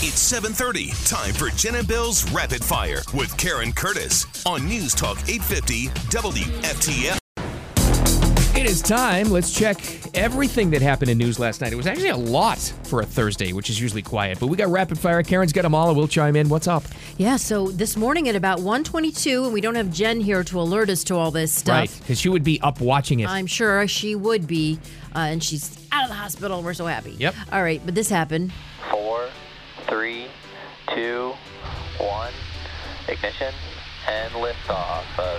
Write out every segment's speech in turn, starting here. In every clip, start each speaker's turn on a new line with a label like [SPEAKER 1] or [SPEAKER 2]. [SPEAKER 1] It's 7:30. Time for Jen and Bill's Rapid Fire with Karen Curtis on News Talk 850 WFTF.
[SPEAKER 2] It is time. Let's check everything that happened in news last night. It was actually a lot for a Thursday, which is usually quiet, but we got rapid fire. Karen's got them all, and we'll chime in. What's up?
[SPEAKER 3] Yeah, so this morning at about 122, and we don't have Jen here to alert us to all this stuff.
[SPEAKER 2] Right, because she would be up watching it.
[SPEAKER 3] I'm sure she would be, uh, and she's out of the hospital. We're so happy.
[SPEAKER 2] Yep.
[SPEAKER 3] All right, but this happened.
[SPEAKER 4] four, three, two, one, ignition, and liftoff of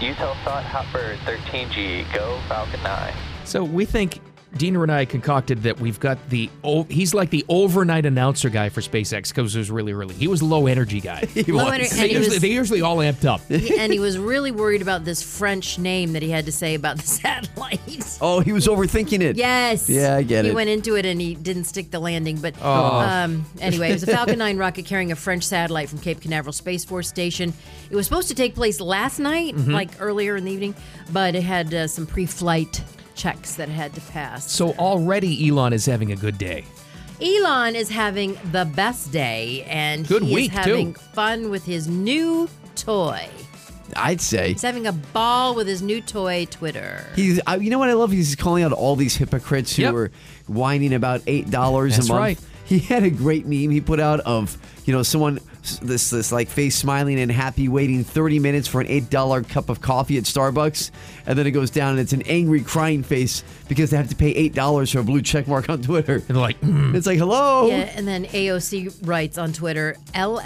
[SPEAKER 4] Eutelsat Hotbird 13G. Go Falcon 9.
[SPEAKER 2] So we think Dina and I concocted that we've got the oh, he's like the overnight announcer guy for SpaceX because it was really early. He was low energy guy.
[SPEAKER 3] Low was. ener- and
[SPEAKER 2] they,
[SPEAKER 3] he
[SPEAKER 2] usually,
[SPEAKER 3] was-
[SPEAKER 2] they usually all amped up.
[SPEAKER 3] and he was really worried about this French name that he had to say about the satellite.
[SPEAKER 5] Oh, he was overthinking it.
[SPEAKER 3] Yes.
[SPEAKER 5] Yeah, I get
[SPEAKER 3] he
[SPEAKER 5] it.
[SPEAKER 3] He went into it and he didn't stick the landing. But
[SPEAKER 2] Oh.
[SPEAKER 3] um, anyway, it was a Falcon 9 rocket carrying a French satellite from Cape Canaveral Space Force Station. It was supposed to take place last night,
[SPEAKER 2] Mm-hmm.
[SPEAKER 3] like earlier in the evening, but it had uh, some pre flight checks that it had to pass.
[SPEAKER 2] So already Elon is having a good day.
[SPEAKER 3] Elon is having the best day and
[SPEAKER 2] Good
[SPEAKER 3] he
[SPEAKER 2] week,
[SPEAKER 3] is
[SPEAKER 2] too.
[SPEAKER 3] having fun with his new toy.
[SPEAKER 5] I'd say.
[SPEAKER 3] He's having a ball with his new toy, Twitter.
[SPEAKER 5] He's, I, you know what I love? He's calling out all these hypocrites who
[SPEAKER 2] Yep.
[SPEAKER 5] were whining about eight dollars a
[SPEAKER 2] That's
[SPEAKER 5] month.
[SPEAKER 2] right.
[SPEAKER 5] He had a great meme he put out of you know someone this this like face smiling and happy waiting thirty minutes for an eight dollar cup of coffee at Starbucks, and then it goes down and it's an angry crying face because they have to pay eight dollars for a blue check mark on Twitter.
[SPEAKER 2] And they're like, "Mm."
[SPEAKER 5] It's like hello.
[SPEAKER 3] Yeah, and then AOC writes on Twitter,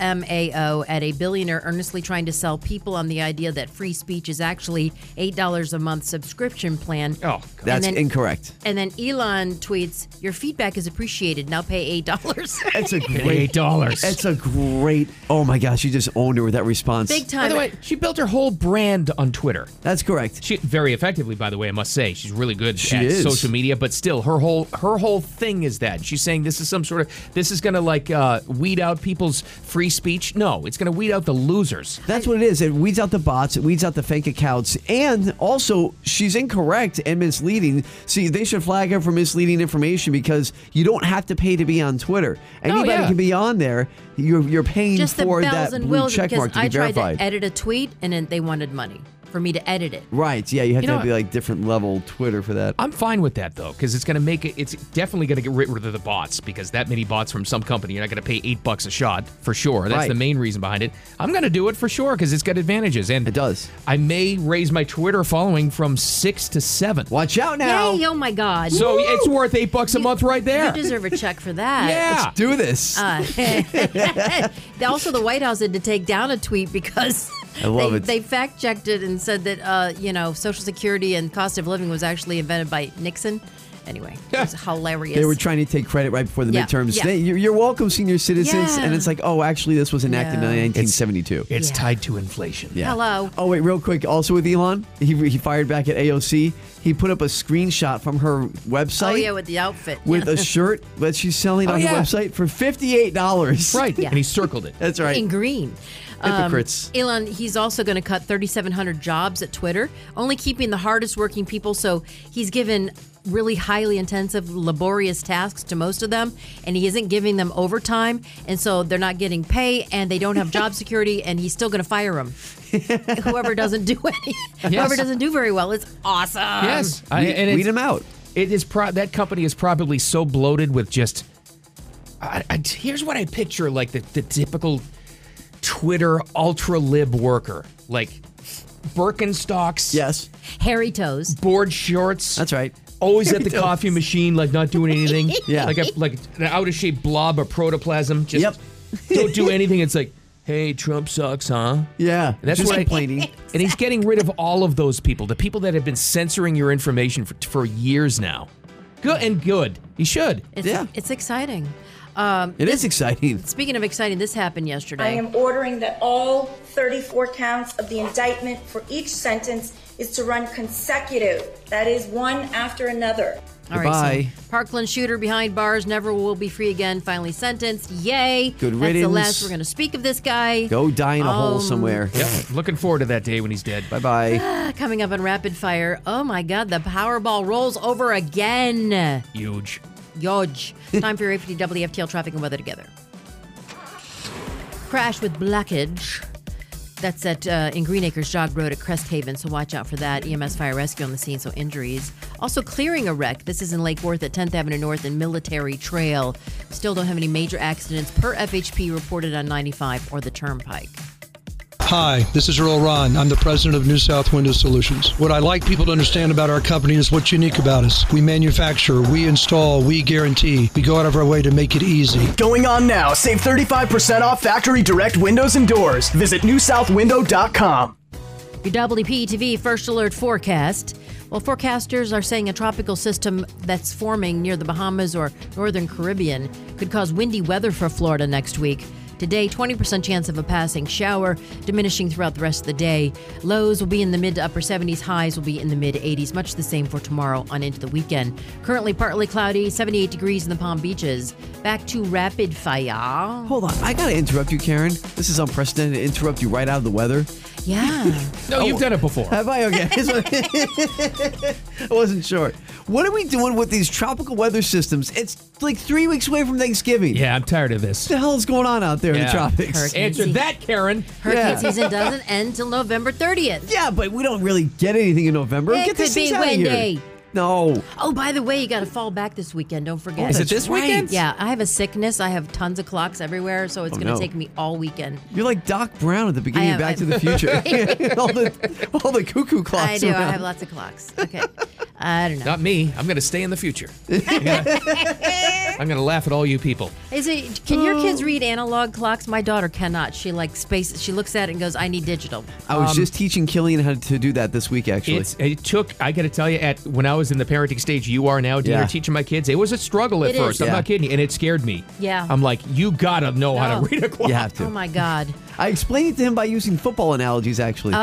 [SPEAKER 3] LMAO at a billionaire earnestly trying to sell people on the idea that free speech is actually $8 a month subscription plan.
[SPEAKER 2] oh, God.
[SPEAKER 5] That's
[SPEAKER 3] and then-
[SPEAKER 5] incorrect.
[SPEAKER 3] And then Elon tweets, Your feedback is appreciated. Now pay $8.
[SPEAKER 5] That's a
[SPEAKER 2] eight
[SPEAKER 5] great.
[SPEAKER 2] dollars.
[SPEAKER 5] That's a great. Oh my gosh, you just owned her with that response.
[SPEAKER 3] Big
[SPEAKER 2] By
[SPEAKER 3] time.
[SPEAKER 2] the way, she built her whole brand on Twitter.
[SPEAKER 5] That's correct.
[SPEAKER 2] She very effectively, by the way, I must say. She's really good
[SPEAKER 5] She
[SPEAKER 2] at
[SPEAKER 5] is.
[SPEAKER 2] social media, but still her whole her whole thing is that. She's saying this is some sort of this is gonna like uh, weed out people's free speech. No, it's gonna weed out the losers.
[SPEAKER 5] That's what it is. It weeds out the bots, it weeds out the fake accounts, and also she's incorrect and misleading. See, they should flag her for misleading information because you don't have to pay to be on Twitter. Anybody
[SPEAKER 2] yeah.
[SPEAKER 5] can be on there. You're you're paying
[SPEAKER 3] Oh, Just the
[SPEAKER 5] for
[SPEAKER 3] bells
[SPEAKER 5] that
[SPEAKER 3] and
[SPEAKER 5] blue
[SPEAKER 3] whistles
[SPEAKER 5] check
[SPEAKER 3] because
[SPEAKER 5] mark to
[SPEAKER 3] I
[SPEAKER 5] be
[SPEAKER 3] tried
[SPEAKER 5] verified.
[SPEAKER 3] to edit a tweet and then they wanted money for me to edit it.
[SPEAKER 5] right? Yeah, you have
[SPEAKER 2] You
[SPEAKER 5] to
[SPEAKER 2] know
[SPEAKER 5] be like different level Twitter for that.
[SPEAKER 3] Uh,
[SPEAKER 2] I'm fine with that though, because it's gonna make it. It's definitely gonna get rid of the bots because that many bots from some company, you're not gonna pay eight bucks a shot for sure. That's
[SPEAKER 5] Right.
[SPEAKER 2] the main reason behind it. I'm gonna do it for sure because it's got advantages, and
[SPEAKER 5] It does.
[SPEAKER 2] I may raise my Twitter following from six to seven.
[SPEAKER 5] Watch out now.
[SPEAKER 3] Yay, oh my God.
[SPEAKER 2] So it's worth eight bucks a month right there.
[SPEAKER 3] you deserve a check for that.
[SPEAKER 2] yeah.
[SPEAKER 5] Let's do this.
[SPEAKER 3] Uh, also, the White House had to take down a tweet because
[SPEAKER 5] I love
[SPEAKER 3] they,
[SPEAKER 5] it.
[SPEAKER 3] they fact checked it and said that uh, you know Social Security and cost of living was actually invented by Nixon. Anyway, it was hilarious.
[SPEAKER 5] They were trying to take credit right before the
[SPEAKER 3] Yeah,
[SPEAKER 5] midterms.
[SPEAKER 3] yeah.
[SPEAKER 5] They- you're, you're welcome, senior citizens.
[SPEAKER 3] Yeah.
[SPEAKER 5] And it's like, oh, actually, this was enacted
[SPEAKER 3] No.
[SPEAKER 5] in 1972.
[SPEAKER 2] It's
[SPEAKER 3] Yeah.
[SPEAKER 2] tied to inflation.
[SPEAKER 5] Yeah.
[SPEAKER 3] Hello.
[SPEAKER 5] Oh wait, real quick. Also with Elon, he, he fired back at AOC. He put up a screenshot from her website.
[SPEAKER 3] oh yeah, with the outfit.
[SPEAKER 5] with a shirt that she's selling
[SPEAKER 2] Oh,
[SPEAKER 5] on
[SPEAKER 2] yeah.
[SPEAKER 5] the website for fifty eight dollars.
[SPEAKER 2] Right.
[SPEAKER 3] Yeah.
[SPEAKER 2] And he circled it.
[SPEAKER 5] That's right.
[SPEAKER 3] in green. Um,
[SPEAKER 5] Hypocrites.
[SPEAKER 3] Elon, he's also going to cut 3,700 jobs at Twitter, only keeping the hardest working people. So he's given really highly intensive, laborious tasks to most of them, and he isn't giving them overtime. And so they're not getting pay, and they don't have job security, and he's still going to fire them. Whoever doesn't do any, whoever doesn't do very well, it's awesome.
[SPEAKER 2] yes.
[SPEAKER 5] Weed-
[SPEAKER 2] I- and
[SPEAKER 5] um, weed
[SPEAKER 2] it's-
[SPEAKER 5] him out.
[SPEAKER 2] It is pro- that company is probably so bloated with just. I, I, here's what I picture like the, the typical Twitter ultra lib worker, like Birkenstocks,
[SPEAKER 5] Yes.
[SPEAKER 3] Hairy toes.
[SPEAKER 2] board shorts.
[SPEAKER 5] That's right.
[SPEAKER 2] Always at the
[SPEAKER 5] Hairy toes.
[SPEAKER 2] coffee machine, like not doing anything.
[SPEAKER 5] Yeah.
[SPEAKER 2] like a, like an out of shape blob of protoplasm. Just
[SPEAKER 5] Yep.
[SPEAKER 2] don't do anything. It's like, hey, Trump sucks, huh?
[SPEAKER 5] Yeah.
[SPEAKER 2] That's
[SPEAKER 5] Just
[SPEAKER 2] what I-
[SPEAKER 5] complaining.
[SPEAKER 2] And he's getting rid of all of those people, the people that have been censoring your information for, for years now. Good and good. He should.
[SPEAKER 3] It's,
[SPEAKER 5] Yeah.
[SPEAKER 3] it's exciting.
[SPEAKER 5] It is exciting.
[SPEAKER 3] Speaking of exciting, this happened yesterday.
[SPEAKER 6] I am ordering that all 34 counts of the indictment for each sentence is to run consecutive, that is, one after another.
[SPEAKER 3] All right, so
[SPEAKER 5] Goodbye.
[SPEAKER 3] Parkland shooter behind bars never will be free again. Finally sentenced. Yay.
[SPEAKER 5] Good
[SPEAKER 3] That's the
[SPEAKER 5] riddance.
[SPEAKER 3] last we're going to speak of this guy.
[SPEAKER 5] Go die in a hole
[SPEAKER 3] Um,
[SPEAKER 5] somewhere.
[SPEAKER 2] Yep. Looking forward to that day when he's dead.
[SPEAKER 5] Bye bye.
[SPEAKER 3] Coming up on Rapid Fire. Oh my God, the Powerball rolls over again.
[SPEAKER 2] Huge.
[SPEAKER 3] Yodge. Time for your AFD WFTL traffic and weather together. crash with blackage. That's at uh, in Green Acres Jog Road at Crest Haven, so watch out for that. EMS Fire Rescue on the scene, so injuries. Also clearing a wreck. This is in Lake Worth at 10th Avenue North and Military Trail. Still don't have any major accidents per FHP reported on 95 or the Turnpike.
[SPEAKER 7] Hi, this is Earl Ron. I'm the president of New South Window Solutions. What I like people to understand about our company is what's unique about us. We manufacture, we install, we guarantee. We go out of our way to make it easy.
[SPEAKER 8] Going on now. Save 35% off factory direct windows and doors. Visit newsouthwindow.com.
[SPEAKER 3] Your WPTV first alert forecast. Well, forecasters are saying a tropical system that's forming near the Bahamas or northern Caribbean could cause windy weather for Florida next week. Today, 20% chance of a passing shower, diminishing throughout the rest of the day. Lows will be in the mid to upper 70s, highs will be in the mid 80s, much the same for tomorrow on into the weekend. Currently partly cloudy, 78 degrees in the Palm Beaches. Back to rapid fire.
[SPEAKER 5] Hold on, I gotta interrupt you, Karen. This is unprecedented. to Interrupt you right out of the weather.
[SPEAKER 3] Yeah.
[SPEAKER 2] No, you've done it before.
[SPEAKER 5] Oh. Have I? Okay. I wasn't sure. What are we doing with these tropical weather systems? It's like three weeks away from Thanksgiving.
[SPEAKER 2] Yeah, I'm tired of this.
[SPEAKER 5] What the hell is going on out there in the
[SPEAKER 2] Yeah.
[SPEAKER 5] tropics?
[SPEAKER 3] Hurricane
[SPEAKER 2] Answer
[SPEAKER 3] season.
[SPEAKER 2] that, Karen.
[SPEAKER 3] Hurricane
[SPEAKER 5] Yeah.
[SPEAKER 3] season doesn't end till November 30th.
[SPEAKER 5] Yeah, but we don't really get anything in November.
[SPEAKER 3] It
[SPEAKER 5] get
[SPEAKER 3] could
[SPEAKER 5] these
[SPEAKER 3] be
[SPEAKER 5] things out of here.
[SPEAKER 3] windy.
[SPEAKER 5] No.
[SPEAKER 3] Oh, by the way, you got to fall back this weekend. Don't forget.
[SPEAKER 5] Is it this That's weekend? right.
[SPEAKER 3] Yeah, I have a sickness. I have tons of clocks everywhere, so it's
[SPEAKER 5] Oh,
[SPEAKER 3] going to
[SPEAKER 5] no.
[SPEAKER 3] take me all weekend.
[SPEAKER 5] You're like Doc Brown at the beginning of
[SPEAKER 3] am-
[SPEAKER 5] Back to the Future. all, the, all the cuckoo clocks
[SPEAKER 3] I do.
[SPEAKER 5] around.
[SPEAKER 3] I have lots of clocks. Okay. I don't know.
[SPEAKER 2] Not me. I'm going to stay in the future. I'm
[SPEAKER 5] Eh.
[SPEAKER 2] gonna- I'm going to laugh at all you people.
[SPEAKER 3] Is it? Can your
[SPEAKER 5] Oh.
[SPEAKER 3] kids read analog clocks? My daughter cannot. She like space. She looks at it and goes, "I need digital."
[SPEAKER 5] I was just teaching Killian how to do that this week, actually.
[SPEAKER 2] Um, It's, it took, I got to tell you, at when I was in the parenting stage you are now, dear,
[SPEAKER 5] Yeah.
[SPEAKER 2] teaching my kids, it was a struggle at
[SPEAKER 3] It is.
[SPEAKER 2] first. I'm
[SPEAKER 5] Yeah.
[SPEAKER 2] not kidding you. And it scared me.
[SPEAKER 3] Yeah.
[SPEAKER 2] I'm like, you got to know how
[SPEAKER 3] No.
[SPEAKER 2] to read a clock.
[SPEAKER 5] you have to.
[SPEAKER 3] Oh my god.
[SPEAKER 5] I explained it to him by using football analogies, actually.
[SPEAKER 3] Oh,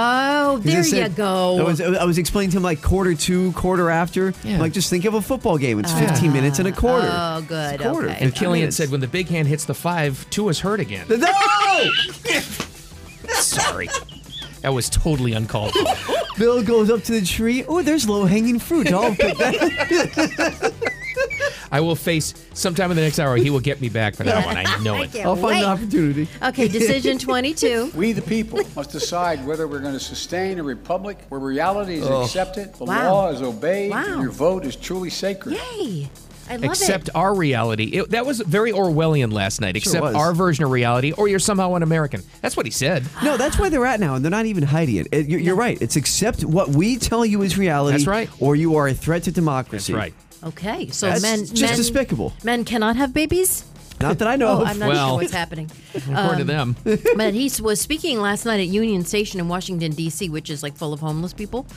[SPEAKER 5] 'Cause I
[SPEAKER 3] there
[SPEAKER 5] said-
[SPEAKER 3] you go.
[SPEAKER 5] I was, I was explaining to him like quarter to, quarter after.
[SPEAKER 2] Yeah.
[SPEAKER 5] Like, just think of a football game. It's 15 minutes and a quarter.
[SPEAKER 3] oh, good.
[SPEAKER 5] It's a quarter.
[SPEAKER 3] Okay.
[SPEAKER 2] And
[SPEAKER 5] 15
[SPEAKER 2] Killian
[SPEAKER 5] minutes.
[SPEAKER 2] said, when the big hand hits the five, two is hurt again.
[SPEAKER 5] No!
[SPEAKER 2] Sorry. That was totally uncalled for.
[SPEAKER 5] Bill goes up to the tree. Oh, there's low hanging fruit. I'll pick that.
[SPEAKER 2] I will face sometime in the next hour. He will get me back for that one. I know it.
[SPEAKER 3] can't
[SPEAKER 5] I'll find
[SPEAKER 3] wait.
[SPEAKER 5] an opportunity.
[SPEAKER 3] Okay, decision 22.
[SPEAKER 9] We, the people, must decide whether we're going to sustain a republic where reality is accepted, the
[SPEAKER 3] Wow.
[SPEAKER 9] law is obeyed,
[SPEAKER 3] Wow.
[SPEAKER 9] and your vote is truly sacred.
[SPEAKER 3] Yay! I love
[SPEAKER 2] Except
[SPEAKER 3] it.
[SPEAKER 2] our reality. It- that was very Orwellian last night. Except
[SPEAKER 5] was.
[SPEAKER 2] our version of reality, or you're somehow an American. That's what he said.
[SPEAKER 5] No, that's where they're at now, and they're not even hiding it. It- you're, you're right. It's accept what we tell you is reality.
[SPEAKER 2] That's right.
[SPEAKER 5] Or you are a threat to democracy.
[SPEAKER 2] That's right.
[SPEAKER 3] Okay, so
[SPEAKER 5] That's
[SPEAKER 3] men
[SPEAKER 5] just
[SPEAKER 3] men,
[SPEAKER 5] despicable.
[SPEAKER 3] Men cannot have babies.
[SPEAKER 5] Not that I know.
[SPEAKER 3] Oh,
[SPEAKER 5] of.
[SPEAKER 3] I'm not sure
[SPEAKER 2] Well.
[SPEAKER 3] what's happening.
[SPEAKER 2] According to
[SPEAKER 3] Um,
[SPEAKER 2] them.
[SPEAKER 3] but he was speaking last night at Union Station in Washington, D.C., which is like full of homeless people.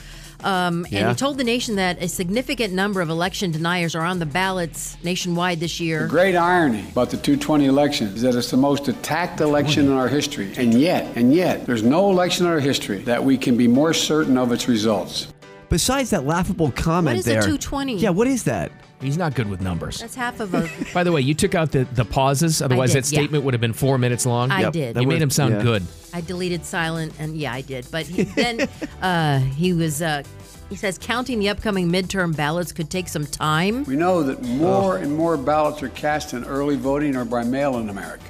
[SPEAKER 3] Um, And
[SPEAKER 5] Yeah.
[SPEAKER 3] he told the nation that a significant number of election deniers are on the ballots nationwide this
[SPEAKER 9] The
[SPEAKER 3] year.
[SPEAKER 9] great irony about the 220 election is that it's the most attacked election in our history. And yet, and yet, there's no election in our history that we can be more certain of its results.
[SPEAKER 5] Besides that laughable comment
[SPEAKER 3] is a
[SPEAKER 5] there.
[SPEAKER 3] 220?
[SPEAKER 5] Yeah, what is that?
[SPEAKER 2] He's not good with numbers.
[SPEAKER 3] That's half of a.
[SPEAKER 2] By the way, you took out the, the pauses. Otherwise,
[SPEAKER 3] did,
[SPEAKER 2] that
[SPEAKER 3] yeah.
[SPEAKER 2] statement would have been four minutes long.
[SPEAKER 3] I Yep, did. that
[SPEAKER 2] You
[SPEAKER 5] would-
[SPEAKER 2] made him sound
[SPEAKER 5] yeah.
[SPEAKER 2] good.
[SPEAKER 3] I deleted silent, and yeah, I did. But he, then uh, he was. Uh, he says counting the upcoming midterm ballots could take some time.
[SPEAKER 9] We know that more and more ballots are cast in early voting or by mail in America.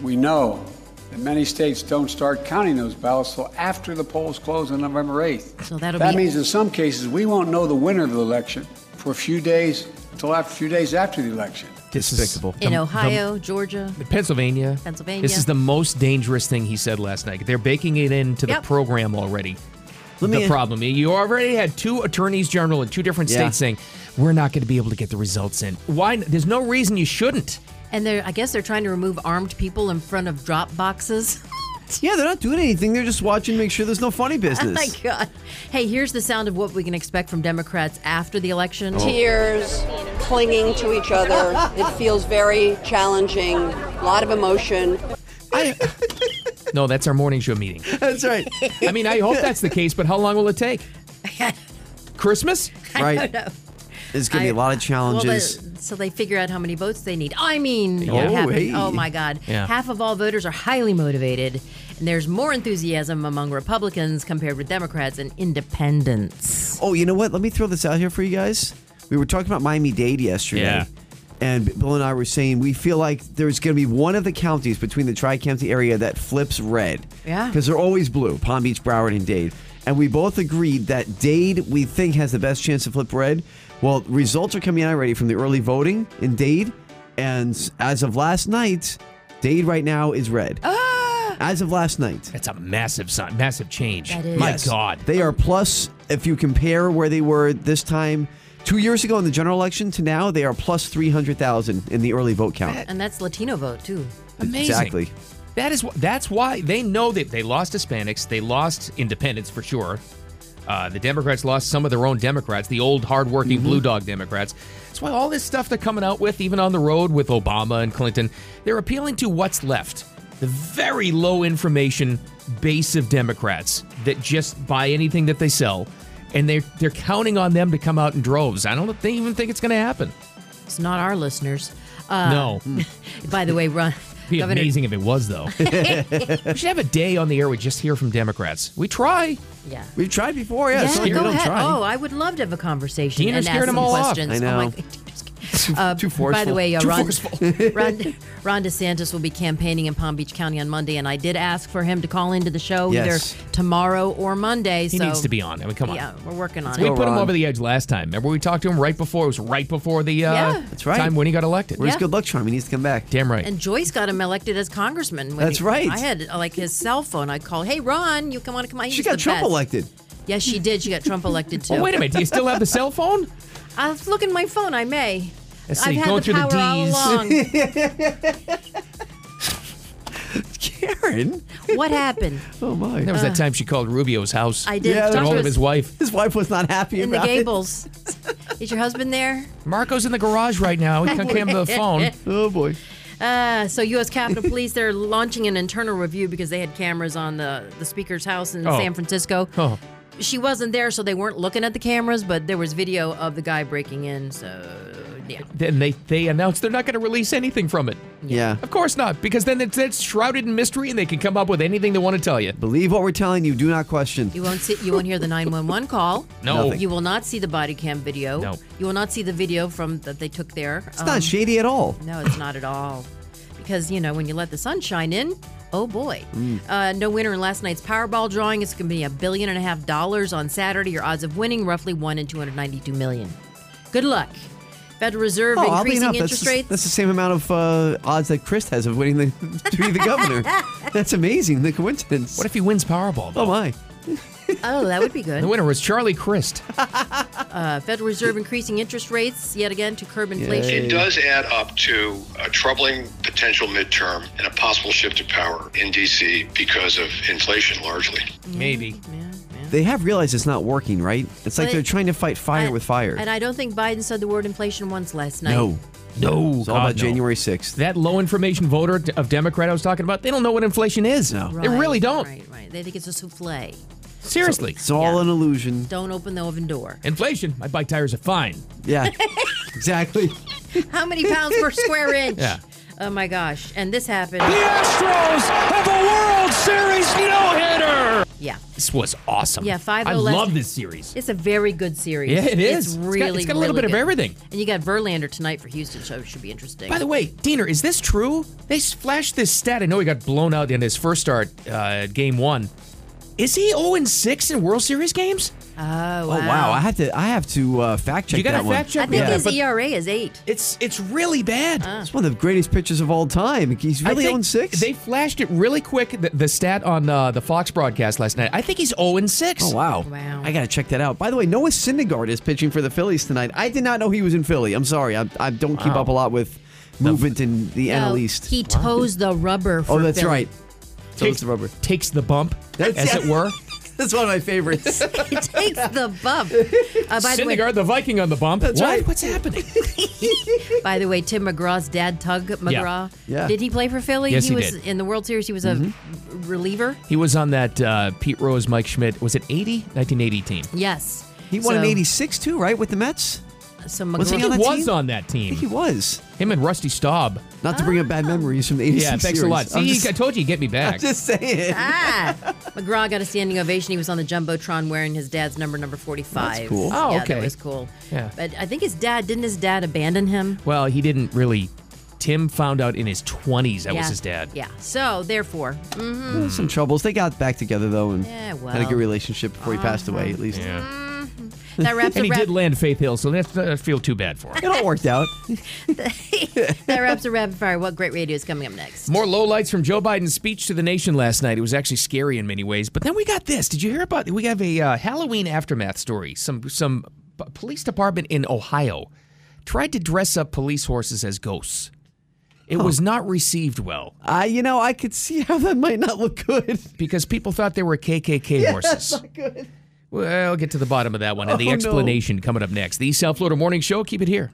[SPEAKER 9] We know that many states don't start counting those ballots till after the polls close on November 8th.
[SPEAKER 3] So that'll
[SPEAKER 9] that
[SPEAKER 3] be-
[SPEAKER 9] means in some cases we won't know the winner of the election for a few days until after a few days after the election.
[SPEAKER 5] Despicable.
[SPEAKER 3] In Ohio, Georgia,
[SPEAKER 2] Pennsylvania.
[SPEAKER 3] Pennsylvania.
[SPEAKER 2] This is the most dangerous thing he said last night. They're baking it into the
[SPEAKER 3] Yep.
[SPEAKER 2] program already.
[SPEAKER 5] Let
[SPEAKER 2] the
[SPEAKER 5] me- uh,
[SPEAKER 2] problem. You already had two attorneys general in two different
[SPEAKER 5] Yeah.
[SPEAKER 2] states saying, we're not going to be able to get the results in. Why? There's no reason you shouldn't.
[SPEAKER 3] and they're. I guess they're trying to remove armed people in front of drop boxes.
[SPEAKER 5] Yeah, they're not doing anything. They're just watching, to make sure there's no funny
[SPEAKER 3] Oh my
[SPEAKER 5] business.
[SPEAKER 3] God. Hey, here's the sound of what we can expect from Democrats after the election.
[SPEAKER 5] Oh,
[SPEAKER 10] Tears, clinging to each other. It feels very challenging, a lot of emotion.
[SPEAKER 2] No, that's our morning show meeting.
[SPEAKER 5] That's right.
[SPEAKER 2] I mean, I hope that's the case, but how long will it take? Christmas?
[SPEAKER 5] Right. There's gonna be a lot of challenges.
[SPEAKER 3] Well, they- so they figure out how many votes they need. I mean,
[SPEAKER 5] Yeah.
[SPEAKER 3] what
[SPEAKER 5] Oh,
[SPEAKER 3] happened?
[SPEAKER 5] hey.
[SPEAKER 3] oh my God.
[SPEAKER 2] Yeah.
[SPEAKER 3] Half of all voters are highly motivated, and there's more enthusiasm among Republicans compared with Democrats and independents.
[SPEAKER 5] oh, you know what? Let me throw this out here for you guys. We were talking about Miami Dade yesterday.
[SPEAKER 2] Yeah.
[SPEAKER 5] and Bill and I were saying we feel like there's going to be one of the counties between the Tri County area that flips red.
[SPEAKER 3] Yeah.
[SPEAKER 5] Because they're always blue Palm Beach, Broward, and Dade. And we both agreed that Dade, we think, has the best chance to flip red. Well, results are coming out already from the early voting in Dade. And as of last night, Dade right now is red. As of last night.
[SPEAKER 2] That's a massive sign, massive change.
[SPEAKER 3] That is.
[SPEAKER 2] My
[SPEAKER 5] Yes.
[SPEAKER 2] God.
[SPEAKER 5] They are plus, if you compare where they were this time two years ago in the general election to now, they are plus 300,000 in the early vote count.
[SPEAKER 3] And that's Latino vote too.
[SPEAKER 2] Amazing.
[SPEAKER 5] Exactly.
[SPEAKER 2] That is wh- that's why they know that they lost Hispanics, they lost independents for sure. Uh, the Democrats lost some of their own Democrats, the old hardworking blue dog Democrats. That's why all this stuff they're coming out with, even on the road with Obama and Clinton, they're appealing to what's left. The very low information base of Democrats that just buy anything that they sell, and they're they're counting on them to come out in droves. I don't think- even think it's gonna happen.
[SPEAKER 3] It's not our listeners. Uh,
[SPEAKER 2] no.
[SPEAKER 3] By the way, Ron,
[SPEAKER 2] Be
[SPEAKER 3] Governor,
[SPEAKER 2] amazing if it was though. we should have a day on the air we just hear from Democrats. We try.
[SPEAKER 3] yeah.
[SPEAKER 5] We've tried before, yeah.
[SPEAKER 3] Yeah,
[SPEAKER 5] it's not like we
[SPEAKER 3] go
[SPEAKER 5] don't
[SPEAKER 3] ahead.
[SPEAKER 5] try.
[SPEAKER 3] Oh, I would love to have a conversation
[SPEAKER 2] Dina
[SPEAKER 3] and ask
[SPEAKER 2] scared
[SPEAKER 3] some
[SPEAKER 2] 'em all off.
[SPEAKER 3] questions.
[SPEAKER 5] I
[SPEAKER 3] Oh my
[SPEAKER 5] know.
[SPEAKER 3] God. Dina's scared. Uh,
[SPEAKER 5] too
[SPEAKER 3] By the
[SPEAKER 5] forceful.
[SPEAKER 3] way, uh,
[SPEAKER 5] Too
[SPEAKER 3] Ron,
[SPEAKER 5] forceful.
[SPEAKER 3] Ron, Ron DeSantis will be campaigning in Palm Beach County on Monday, and I did ask for him to call into the show
[SPEAKER 5] Yes.
[SPEAKER 3] either tomorrow or Monday.
[SPEAKER 2] He
[SPEAKER 3] so
[SPEAKER 2] needs to be on. I mean, come on.
[SPEAKER 3] Yeah, we're working on
[SPEAKER 2] we
[SPEAKER 3] it.
[SPEAKER 2] put him
[SPEAKER 5] Ron.
[SPEAKER 2] over the edge last time. Remember we talked to him right before. It was right before the uh,
[SPEAKER 3] Yeah.
[SPEAKER 5] That's right.
[SPEAKER 2] time when he got elected.
[SPEAKER 5] Where's
[SPEAKER 3] Yeah.
[SPEAKER 5] good luck charm? He needs to come back.
[SPEAKER 2] Damn right.
[SPEAKER 3] And Joyce got him elected as congressman. when
[SPEAKER 5] That's
[SPEAKER 3] he-
[SPEAKER 5] right.
[SPEAKER 3] I had uh, like his cell phone. I called, "Hey Ron, you come want to come out?" He
[SPEAKER 5] She
[SPEAKER 3] was
[SPEAKER 5] got
[SPEAKER 3] the
[SPEAKER 5] Trump
[SPEAKER 3] best.
[SPEAKER 5] elected.
[SPEAKER 3] Yes, she did. She got Trump elected too.
[SPEAKER 2] oh, wait a minute. Do you still have the cell phone?
[SPEAKER 3] I was looking at my phone. I may.
[SPEAKER 2] Let's
[SPEAKER 3] I've
[SPEAKER 2] see,
[SPEAKER 3] had
[SPEAKER 2] going
[SPEAKER 3] the
[SPEAKER 2] through the
[SPEAKER 3] power all
[SPEAKER 2] Ds.
[SPEAKER 3] along.
[SPEAKER 5] Karen?
[SPEAKER 3] what happened?
[SPEAKER 5] Oh, my.
[SPEAKER 2] That was that time she called Rubio's house.
[SPEAKER 3] I did.
[SPEAKER 5] Yeah,
[SPEAKER 2] Got
[SPEAKER 5] that's
[SPEAKER 2] hold
[SPEAKER 5] right.
[SPEAKER 2] of his wife.
[SPEAKER 5] His wife was not happy
[SPEAKER 3] in the
[SPEAKER 5] about
[SPEAKER 3] Gables. Is your husband there?
[SPEAKER 2] Marco's in the garage right now. He can't come to the phone.
[SPEAKER 5] it. Oh, boy.
[SPEAKER 3] Uh, so U.S. Capitol Police they're launching an internal review because they had cameras on the the speaker's house in
[SPEAKER 2] Oh.
[SPEAKER 3] San Francisco.
[SPEAKER 2] Oh.
[SPEAKER 3] She wasn't there, so they weren't looking at the cameras, but there was video of the guy breaking in. So yeah,
[SPEAKER 2] Then they, they announced they're not going to release anything from it.
[SPEAKER 5] Yeah.
[SPEAKER 2] Of course not, because then it's, it's shrouded in mystery and they can come up with anything they want to tell you.
[SPEAKER 5] Believe what we're telling you. Do not question.
[SPEAKER 3] you won't see you won't hear the nine one one call.
[SPEAKER 2] No.
[SPEAKER 5] Nothing.
[SPEAKER 3] You will not see the body cam video.
[SPEAKER 2] No.
[SPEAKER 3] You will not see the video from that they took there. Um,
[SPEAKER 5] It's not shady at all.
[SPEAKER 3] No, it's not at all. Because, you know, when you let the sun shine in, oh boy.
[SPEAKER 5] Mm.
[SPEAKER 3] Uh, no winner in last night's Powerball drawing. It's going to be a billion and a half dollars on Saturday. Your odds of winning, roughly 1 in 292 million. Good luck. Federal Reserve
[SPEAKER 5] Oh, oddly
[SPEAKER 3] increasing
[SPEAKER 5] enough, that's,
[SPEAKER 3] interest
[SPEAKER 5] the-
[SPEAKER 3] rates.
[SPEAKER 5] that's the same amount of uh, odds that Chris has of winning the to be the governor. that's amazing. The coincidence.
[SPEAKER 2] What if he wins Powerball? though?
[SPEAKER 5] oh my!
[SPEAKER 3] oh, that would be good.
[SPEAKER 2] The winner was Charlie Crist.
[SPEAKER 3] Uh, Federal Reserve increasing interest rates yet again to curb inflation.
[SPEAKER 11] It does add up to a troubling potential midterm and a possible shift of power in D.C. because of inflation largely.
[SPEAKER 2] Maybe.
[SPEAKER 3] Yeah, yeah.
[SPEAKER 5] They have realized it's not working, right? It's like
[SPEAKER 3] But-
[SPEAKER 5] they're trying to fight fire
[SPEAKER 3] And-
[SPEAKER 5] with fire.
[SPEAKER 3] And I don't think Biden said the word inflation once last night.
[SPEAKER 5] no,
[SPEAKER 2] No.
[SPEAKER 5] it's all about January sixth.
[SPEAKER 2] That low information voter of Democrat I was talking about, they don't know what inflation is.
[SPEAKER 5] No.
[SPEAKER 2] They really don't.
[SPEAKER 3] Right, right. They think it's a souffle.
[SPEAKER 2] Seriously.
[SPEAKER 5] It's all
[SPEAKER 3] Yeah.
[SPEAKER 5] an illusion.
[SPEAKER 3] Don't open the oven door.
[SPEAKER 2] inflation. My bike tires are fine.
[SPEAKER 5] Yeah, exactly.
[SPEAKER 3] How many pounds per square inch?
[SPEAKER 2] Yeah.
[SPEAKER 3] Oh my gosh. And this happened.
[SPEAKER 2] Astros have a World Series no-hitter.
[SPEAKER 3] Yeah.
[SPEAKER 2] This was awesome.
[SPEAKER 3] Yeah, 5-0
[SPEAKER 2] I
[SPEAKER 3] last-
[SPEAKER 2] love this series.
[SPEAKER 3] It's a very good series.
[SPEAKER 2] Yeah, it is. It's
[SPEAKER 3] It's
[SPEAKER 2] got-
[SPEAKER 3] really
[SPEAKER 2] it's got a little
[SPEAKER 3] really
[SPEAKER 2] bit of
[SPEAKER 3] good.
[SPEAKER 2] everything.
[SPEAKER 3] And you got Verlander tonight for Houston, so it should be interesting.
[SPEAKER 2] By the way, Diener, is this true? They s- flashed this stat. I know he got blown out in his first start, uh, game one. Is he 0 6 in World Series games?
[SPEAKER 3] oh,
[SPEAKER 5] Oh wow! I have to. I have to uh, fact check
[SPEAKER 2] You gotta
[SPEAKER 5] that one.
[SPEAKER 2] fact
[SPEAKER 3] I
[SPEAKER 2] check
[SPEAKER 3] think
[SPEAKER 2] me on that,
[SPEAKER 3] his
[SPEAKER 2] but
[SPEAKER 3] ERA is eight.
[SPEAKER 2] It's it's really bad.
[SPEAKER 5] It's one of the greatest pitchers of all time. He's
[SPEAKER 2] I
[SPEAKER 5] really
[SPEAKER 2] think
[SPEAKER 5] on six.
[SPEAKER 2] They flashed it really quick. The, the stat on uh, the Fox broadcast last night. I think he's 0 6.
[SPEAKER 5] Oh wow!
[SPEAKER 3] Wow.
[SPEAKER 5] I gotta check that out. By the way, Noah Syndergaard is pitching for the Phillies tonight. I did not know he was in Philly. I'm sorry. I, I don't keep
[SPEAKER 2] Wow.
[SPEAKER 5] up a lot with movement in the NL East.
[SPEAKER 3] Oh, He toes the rubber for
[SPEAKER 5] oh, that's
[SPEAKER 3] Philly.
[SPEAKER 5] right. So it's the rubber.
[SPEAKER 2] Takes the bump, as it were.
[SPEAKER 5] That's one of my favorites.
[SPEAKER 3] He takes the bump. Uh, by the way,
[SPEAKER 2] Syndergaard, the Viking on the bump. That's
[SPEAKER 5] right.
[SPEAKER 2] What's happening?
[SPEAKER 3] By the way, Tim McGraw's dad, Tug McGraw,
[SPEAKER 5] Yeah.
[SPEAKER 3] did he play for Philly?
[SPEAKER 2] Yes, he
[SPEAKER 3] was
[SPEAKER 2] did. Mm-hmm.
[SPEAKER 3] in the World Series. He was a reliever.
[SPEAKER 2] he was on that uh, Pete Rose, Mike Schmidt. Was it 80? 1980 team.
[SPEAKER 3] Yes,
[SPEAKER 5] He won in
[SPEAKER 3] So-
[SPEAKER 5] '86 too, right, with the Mets?
[SPEAKER 3] some
[SPEAKER 5] Was he on that
[SPEAKER 2] he was
[SPEAKER 5] team?
[SPEAKER 2] on that team.
[SPEAKER 5] he was.
[SPEAKER 2] Him and Rusty Staub.
[SPEAKER 5] Not to bring up bad memories from the 86
[SPEAKER 2] Yeah, thanks a
[SPEAKER 5] series.
[SPEAKER 2] lot.
[SPEAKER 5] I'm
[SPEAKER 2] See,
[SPEAKER 5] just-
[SPEAKER 2] I told you, get me back.
[SPEAKER 5] I'm just saying.
[SPEAKER 3] Ah, McGraw got a standing ovation. He was on the jumbotron wearing his dad's number, number forty-five.
[SPEAKER 2] That's cool.
[SPEAKER 3] Yeah,
[SPEAKER 2] Oh,
[SPEAKER 3] that
[SPEAKER 2] okay.
[SPEAKER 3] was cool.
[SPEAKER 2] Yeah.
[SPEAKER 3] but I think his dad didn't. His dad abandon him.
[SPEAKER 2] Well, he didn't really. Tim found out in his 20s that was
[SPEAKER 3] Yeah.
[SPEAKER 2] his dad.
[SPEAKER 3] Yeah. So therefore, mhm.
[SPEAKER 5] There was some troubles. They got back together though, and
[SPEAKER 3] Yeah,
[SPEAKER 5] had a
[SPEAKER 3] well.
[SPEAKER 5] good relationship before he passed away. At least
[SPEAKER 2] Uh-huh.
[SPEAKER 3] that wraps
[SPEAKER 2] and
[SPEAKER 3] a
[SPEAKER 2] he
[SPEAKER 3] wrap.
[SPEAKER 2] did land Faith Hill, so that's I feel too bad for him.
[SPEAKER 5] it all worked out.
[SPEAKER 3] that wraps a rapid fire. What great radio is coming up next?
[SPEAKER 2] More lowlights from Joe Biden's speech to the nation last night. It was actually scary in many ways. But then we got this. Did you hear about? We have a uh, Halloween aftermath story. Some some p- police department in Ohio tried to dress up police horses as ghosts. It was not received well
[SPEAKER 5] I, you know, I could see how that might not look good.
[SPEAKER 2] because people thought they were KKK
[SPEAKER 5] Yeah, that's
[SPEAKER 2] horses.
[SPEAKER 5] not good.
[SPEAKER 2] Well, I'll get to the bottom of that one and
[SPEAKER 5] Oh,
[SPEAKER 2] the
[SPEAKER 5] no.
[SPEAKER 2] explanation coming up next. The South Florida Morning Show. Keep it here.